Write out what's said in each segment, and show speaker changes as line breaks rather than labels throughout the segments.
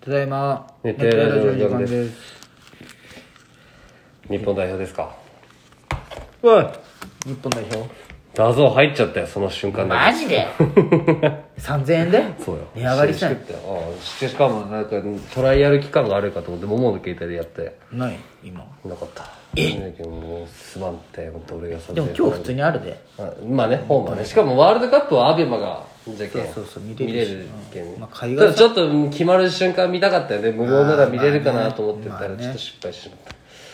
ただいま
熱帯ラジオの時間です
す
日本代表ですか
おい日本代表
画像入っちゃったよその瞬間
マ
だ
ジ で3000円で
けそうよ
値上がりしたん
し
や
てしてしかもなんかトライアル期間があるかと思ってももの携帯でやって
ない今
なかったえもうすまんって本当俺がさ
でも今日普通にあるで
あまあね本まねしかもワールドカップはアベマがじゃけん
そうそう見
見
れるし
れるけんね
まあ海
た
外
だちょっとうん決まる瞬間見たかったよね無料なら見れるかなと思ってた
まあ
ら
ね
ちょっと失敗してしまっ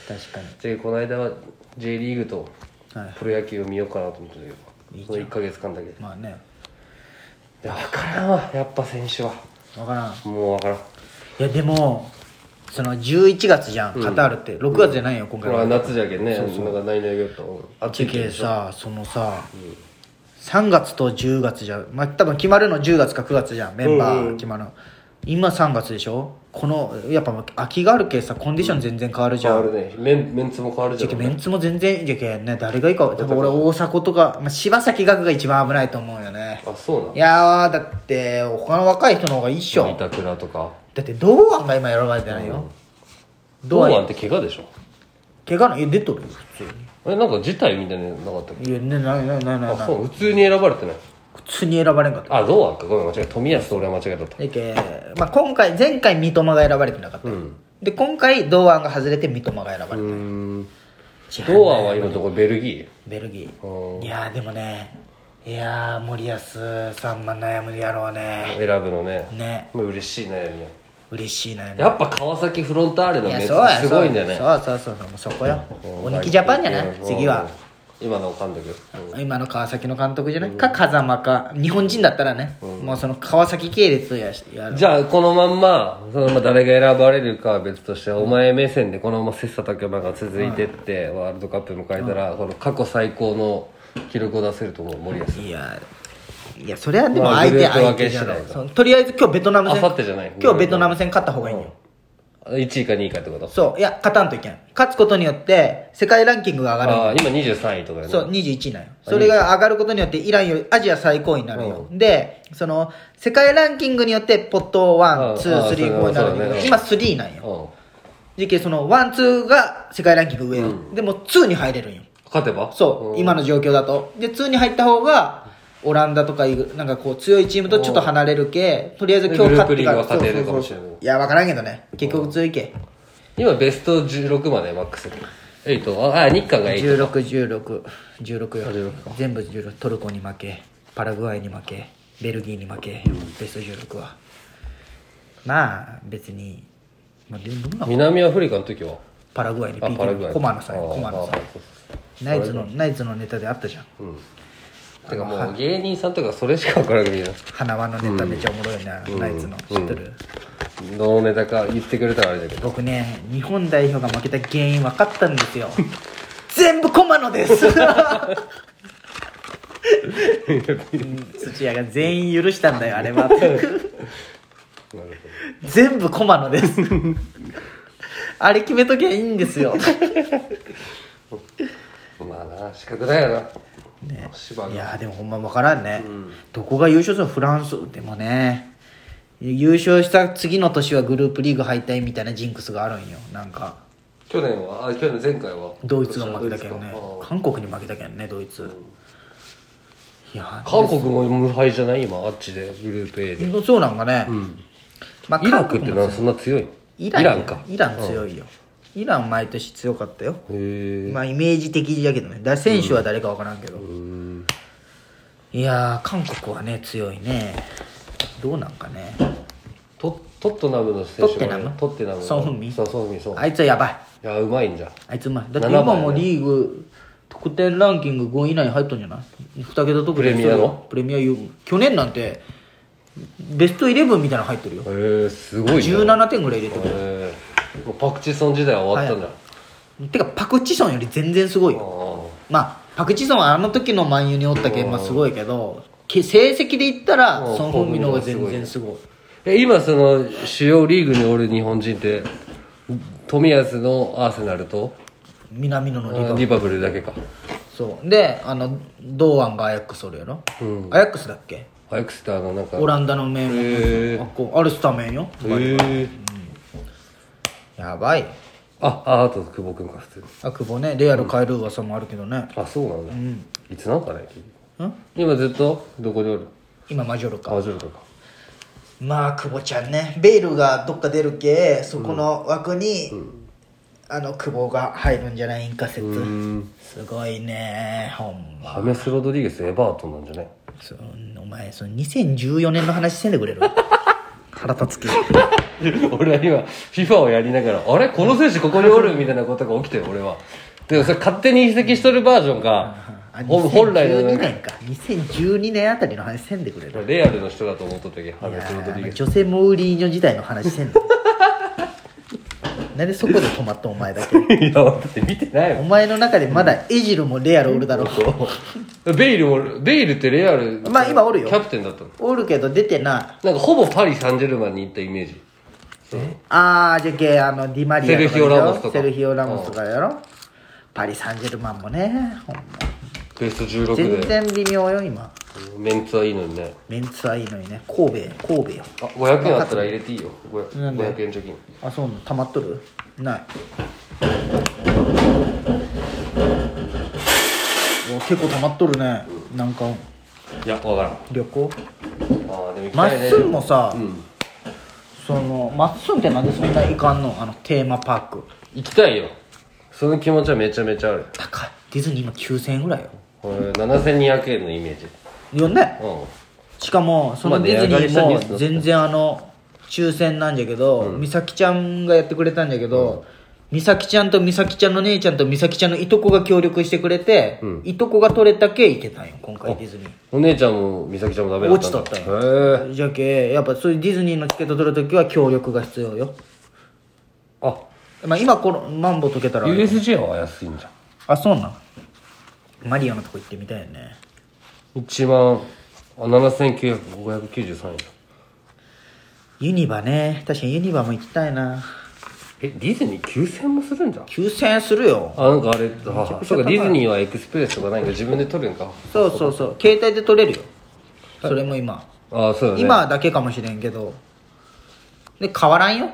た
確かに
でこの間は J リーグと
はい
プロ野球を見ようかなと思ってたけど、
いいじゃん
その1か月間だけい
まあね
や分からんわやっぱ選手は
分からんい
もう分からん
やでもその11月じゃんカタールって6月じゃないよ今
こ
回
れは
は
夏じゃけんねなんか何々がとあっ
ちけさそのさ3月と10月じゃまあ多分決まるの10月か9月じゃんメンバー決まるの今3月でしょこのやっぱ秋があるけさコンディション全然変わるじ
変
ゃ
わ
ん
るねメンメンツも変わるじ
じゃ
ゃ
け
ん
メンツも全然じゃけね誰がいいか多分俺大迫とか、まあ、柴崎岳が一番危ないと思うよね
あそうない
やーだって他の若い人の方がいいっし
の
ょ
板倉とか
だって堂安が今選ばれてないよ
堂
堂安
安って怪我でしょ
怪我のいや出とるよ普
えなんか辞退みたいなのなかったっ
通にいやねないないないな
け
いな
あ
い
そう普通に選ばれてない
普通に選ばれんかった
あ堂安かごめん間違えた冨安と俺は間違えとった
でけ、まあ、今回前回三笘が選ばれてなかった、で今回堂安が外れて三笘が選ばれ
う
た、
ーん堂安は今のところベルギ
ベルギ
ーう
ー
ん
いやーでもねいやー森保さんも悩むやろうね
選ぶのね
ね
まあ嬉しい悩みや
嬉しいなよね
やっぱ川崎フロンターレの
いや
メン
そ
ツ
うや
すごいんだよね
そうそうそうそうもうそこよ鬼木ジャパンじゃない
うん
次は
今の監督
今の川崎の監督じゃないか風間か日本人だったらねもうその川崎系列やしやる
じゃあこのまんまそのまあ誰が選ばれるかは別としてお前目線でこのまま切磋琢磨が続いてってワールドカップ迎えたらこの過去最高の記録を出せると思う森保
いやいやそれはでも
まあ
相手
グループ
相
分
手
け
じゃない
次第だ
そのとりあえず今日ベトナム戦
あさってじゃない
今日ベトナム戦勝った方がいいよ
1位か2位かってこと
そういや勝たんといけん勝つことによって世界ランキングが上がるんよ
ああ今23位とかね
そう21位なんよそれが上がることによってイランよりアジア最高位になるよ、でその世界ランキングによってポット
うん
123に
うん
なるん
そう
よ
だね
今3なんよ
うん
じゃけその12が世界ランキング上よ、でも2に入れるんよ
勝てば
そう、今の状況だとで2に入った方がオランダとかイグなんかこう強いチームとちょっと離れるけとりあえず今日勝ってから
グループリーグは勝てるかもしれ
そ
な
そう
いう
そういや分からんけどね結局強いけ
今ベスト16までマックス8ああ日韓が8
161616よ
16
全部16トルコに負けパラグアイに負けベルギーに負けベスト16はまあ別に、まあ、でもどんな
南アフリカの時は
パラグアイに
あパラグ
PK
アイ
コマのさ
あー
コマのさ
あーそう
ナイツのナイツのネタであったじゃん
てかもう芸人さんとかそれしか分からなくていいな
花輪のネタめっちゃおもろいな、ナイツの知ってる、
どのネタか言ってくれたらあれだけど
僕ね日本代表が負けた原因分かったんですよ全部駒野です うん土屋が全員許したんだよあれは全部駒野です あれ決めときゃ いいんですよ
まあな資格だよな、ね、芝
い
が
やーでもほんま分からんね、どこが優勝するのフランスでもね優勝した次の年はグループリーグ敗退みたいなジンクスがあるんよなんか
去年はあ去年前回は
ドイツが負けたけどね
ドイツか
韓国に負けたけどねドイツ、いや
あ韓国も無敗じゃない今あっちでグループ A で
そうなんかね、まあ、
イラクって
韓国も
なそんな強いの
イラン
イランか
イラン強いよ、イラン毎年強かったよ、
へえ
まあイメージ的だけどねだ選手は誰か分からんけど、いやー韓国はね強いねどうなんかね
トトットナムの選手がね
ト
ト
ッ
ッ
テナ
テナ
ム
ム
ソンフンミ
そうソンフンミそうい
あいつはやばい
やうまいんじゃん
あいつうまいだって
7
今
番
もリーグ得点ランキング5位以内に入ったんじゃない ?2 桁得点
プレミアの
プレミアユー去年なんてベスト11みたいなの入ってるよ
へえすごいね
17点ぐらい入れてる
へえもうパクチソン時代は終わったんだ、
てかパク・チソンより全然すごいよまあパク・チソンはあの時の万有におったけんまあすごいけどけ成績で言ったら
うん
ソン・フンミの方が全然すごい
あーえ今その主要リーグにおる日本人って冨安のアーセナルと
南野のリー
あーリバブルだけか
そうであの堂安がアヤックスおるやろ、アヤックスだっけ
アイクスターのなんか
オランダの麺
へー
あこうアルスター麺よ
へえ
やばい
あああと久保君か普通に
あ久保ねレアル変える噂もあるけどね、
あそうなんだ、いつなんかね
ん、
今ずっとどこにおる
今マジョルカ
あジョルカか
まあ久保ちゃんねベイルがどっか出るけそこの枠に、あの久保が入るんじゃないんか説
ん
すごいねほんま
ハメス・ロドリゲスエバートンなんじゃない
そお前その2014年の話せんでくれる 腹立つけ
俺は今 FIFA をやりながらあれこの選手ここにおるみたいなことが起きてる俺はでもそれ勝手に移籍しとるバージョン が
あ
ほん本来の
2012年か2012年あたりの話せんでくれる
レアルの人だと思っとったけ
い
ハメ
や
ス・ロドリゲ
ー
ス
女性モーリーニョ時代の話せんの なんでそこで止まったお前だけ
いやだって見てない
お
も
前の中でまだエジルもレアルおるだろ
んベイルもベイルってレアル
まあ今おるよ
キャプテンだったの
おるけど出てな
なんかほぼパリ・サンジェルマンに行ったイメージそう
いああじゃけあのディマリア
セルヒオラモスとか
セルヒオラモスとかやろパリ・サンジェルマンもねほんま
ベスト16
全
で
然微妙よ今
メンツはいいのにね
メンツはいいのにね神戸神戸よ
あ500円あったら入れていいよ 500,
なんで
500円貯金
あそうなの溜まっとるないお結構溜まっとるねなんか
いや分からんあ
旅行
ーでも行き
まった
いね
すんもさ、
うん
そのまっすんってなんでそんな行かんのあのテーマパーク
行きたいよその気持ちはめちゃめちゃある
高いディズニー今9000円ぐらいよ
これ7200円のイメージ
よね
う
しかもその
まあ値
ディ
上
ズ
がり
ニ
したニュース
ーも全然あの抽選なんじゃけど、美咲ちゃんがやってくれたんじゃけど、美咲ちゃんと美咲ちゃんの姉ちゃんと美咲ちゃんのいとこが協力してくれて、
ん
いとこが取れたけ行けたんよ今回ディズニー
んお姉ちゃんも美咲ちゃんもダメだったんだ
落ちとった
へえ
じゃけやっぱそういうディズニーのチケット取るときは協力が必要よ
あ
まあ今このマンボ解けたら
USJ は安いんじゃん
あそうなんマリオのとこ行ってみたいよね
1万あ7993円じゃん
ユニバね確かにユニバも行きたいな
えディズニー9000円もするんじゃん
9000円するよ
あなんかあれあそうかディズニーはエクスプレスとかないから自分で取るんか
そうそうそう携帯で撮れるよそれも今
ああそうだね
今だけかもしれんけどで変わらんよ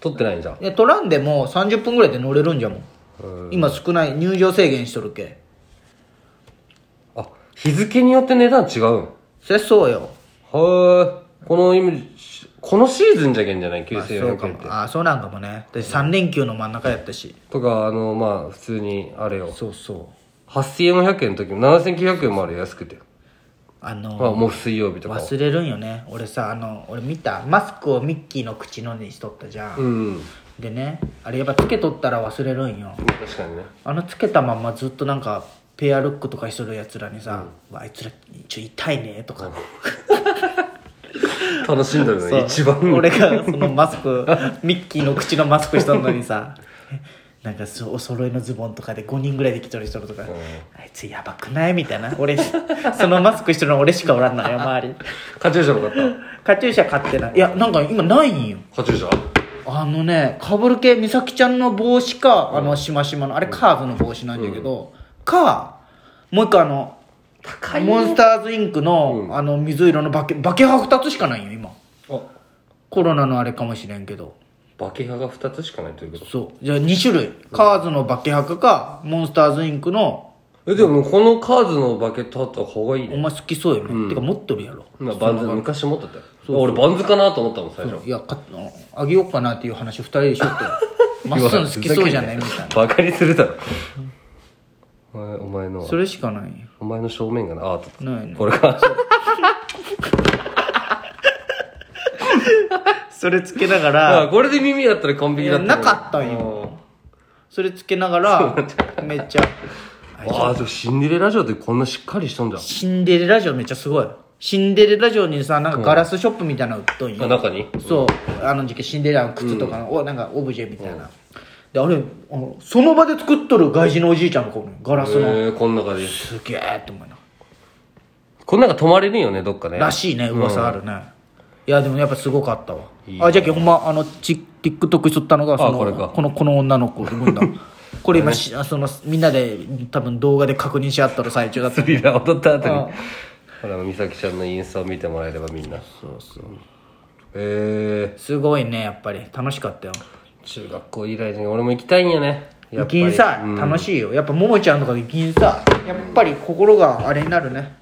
取ってないんじゃん
で撮らんでも30分ぐらいで乗れるんじゃもん今少ない入場制限しとるけ
あ日付によって値段違うん
そりゃそうよ
はえこのイメージこのシーズンじゃけんじゃない
あそう
9400
か
円って
もあそうなんかもね私3連休の真ん中やったし
とかあのまあ普通にあれよ
そうそう
8400円の時も7900円もある安くて
あの
まあもう水曜日とか
忘れるんよね俺さあの俺見たマスクをミッキーの口のにしとったじゃん、
うん
でねあれやっぱつけとったら忘れるんよ
確かにね
あのつけたまんまずっとなんかペアルックとかしとるやつらにさ、あいつらちょ痛いねとか、
楽しんだる
そう
ね一番
俺がそのマスクミッキーの口のマスクしとるのにさなんかそうお揃いのズボンとかで5人ぐらいで来とる人とか、あいつやばくないみたいな俺そのマスクしてるの俺しかおらんのよ周り
カチューシャも買っ
カチューシャ買ってないいやなんか今ないんよ
たカチューシャ
あのねかぶる系美咲ちゃんの帽子かあのしましまのあれカーズの帽子なんだけど、かもう一個あのモンスターズインクの、あの水色のバケバケハ2つしかないよ今
あ
コロナのあれかもしれんけど
バケハが2つしかないということ
そうじゃあ2種類カーズのバケハカかモンスターズインクの
えでもこのカーズのバケットあった方がいい
お
ね
前好きそうよね、てか持っとるやろ
まあバンズ昔持ってたよ俺バンズかなと思ったもん最初
いやかあげようかなっていう話2人でしょって まっすぐ好きそうじゃないみたいな
バカにするだろお前お前の
それしかないよ
お前の正面がなああった
ないね
これか
それつけなが
あ
ら
これで耳だったら完璧だったのに
なかったんよ それつけながらめっちゃ
あーあーでもシンデレラ城ってこんなしっかりしとんじゃん
シンデレラ城めっちゃすごいシンデレラ城にさなんかガラスショップみたいなの売っとんよ、
あ中に
そうあの時期シンデレラの靴とかの、おなんかオブジェみたいな、であれあのその場で作っとる外人のおじいちゃんの子ねガラスの、
えー、こん中です
げえって思いな、
こん中泊まれるよねどっかね
らしいね噂あるね、いやでもやっぱすごかったわ
いいね
あじゃあけほんまあのち TikTok しとったのがその
あこれか
のこの女の子軍 団これ今しあそのみんなで多分動画で確認し合っとる最中だった
スリラー踊った後に
うん
これは美咲ちゃんのインスタを見てもらえればみんな
そうそう
ええ
すごいねやっぱり楽しかったよ
中学校以来に俺も行きたいんよねや
行
っぱ
き
り
んさ楽しいよやっぱももちゃんとか行きんさやっぱり心があれになるね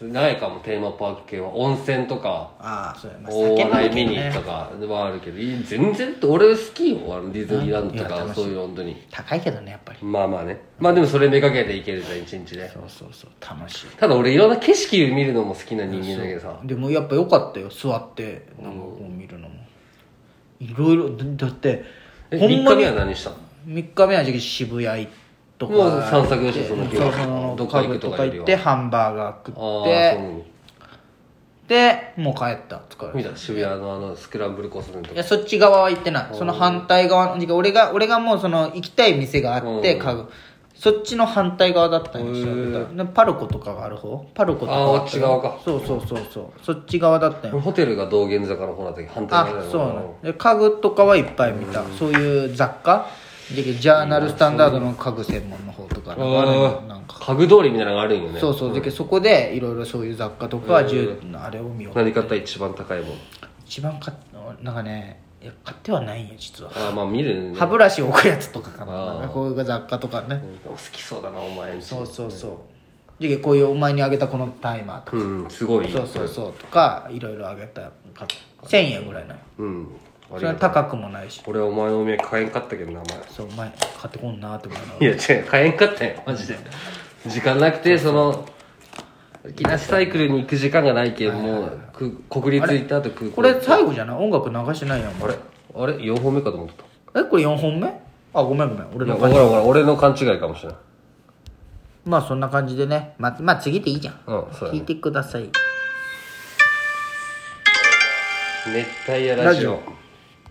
ないかもテーマパーク系は温泉とか
ああそうや、まあ、
大
酒飲
笑
む
い見
けど
に行った
ね
かはあるけどいい全然って俺好きよあのディズニーランドと
いや
か
楽しい
そういう本当に
高いけどねやっぱり
まあまあねまあでもそれめがけて行けるじゃん一日で
そうそうそう楽しい
ただ俺いろんな景色見るのも好きな人間だけどさ
でもやっぱ良かったよ座ってなんかこう見るのもいろいろだだって
え
ほん
3
ま
日
に
目は何したの
3日目は渋谷行っとか
もう散策でしょその日は
そうそう
どっか行くとかよりは
どっ行ってハンバーガー
あ
食っ
あそうな
て
の
でもう帰った疲れ
見
た
た渋谷のあのスクランブル交差点と
い
か
やそっち側は行ってないその反対側の俺が俺がもうその行きたい店があって
うん
家具そっちの反対側だったんですよでパルコとかがある方パルコとか
あー
あったよ
あっち側か
そうそうそうそうそっち側だったよ
ホテルが道玄坂の方だったけど反対側
あ
だ
そうなので家具とかはいっぱい見た、そういう雑貨でジャーナルスタンダードの家具専門の方とかなんかある
あ
のなんか
あ家具通りみたいなのがあるんよね
そうそう、でそこでいろいろそういう雑貨とか銃のあれを見よう
何買った一番高いもん
一番買っなんかねいや買ってはないんよ実は
ああまあ見るね
歯ブラシ置くやつとかかな
あー
なんかこういう雑貨とかね、
好きそうだなお前
そうそうそうでこういうお前にあげたこのタイマーとか、
うんすごい
そうそうそうとかいろいろあげた買った1000円ぐらいなの
うんあ
そ
り
れは
がとう
高くもないし
俺はお前のお土産買えんかったけどなお前
そうお前買ってこんなーって思いながら
いや違う買えんかったよマジで時間なくてその木梨サイクルに行く時間がないけんもうく国立行った後空港
これ最後じゃない音楽流してないやん
あれあれ4本目かと思ってた
えこれ4本目あごめんごめん俺
いや
の
ほらほら俺の勘違いかもしれない
まあそんな感じでねままあ次でいいじゃん
うんそうや
聞い
ね
てください
熱帯夜ラジオ
ラジ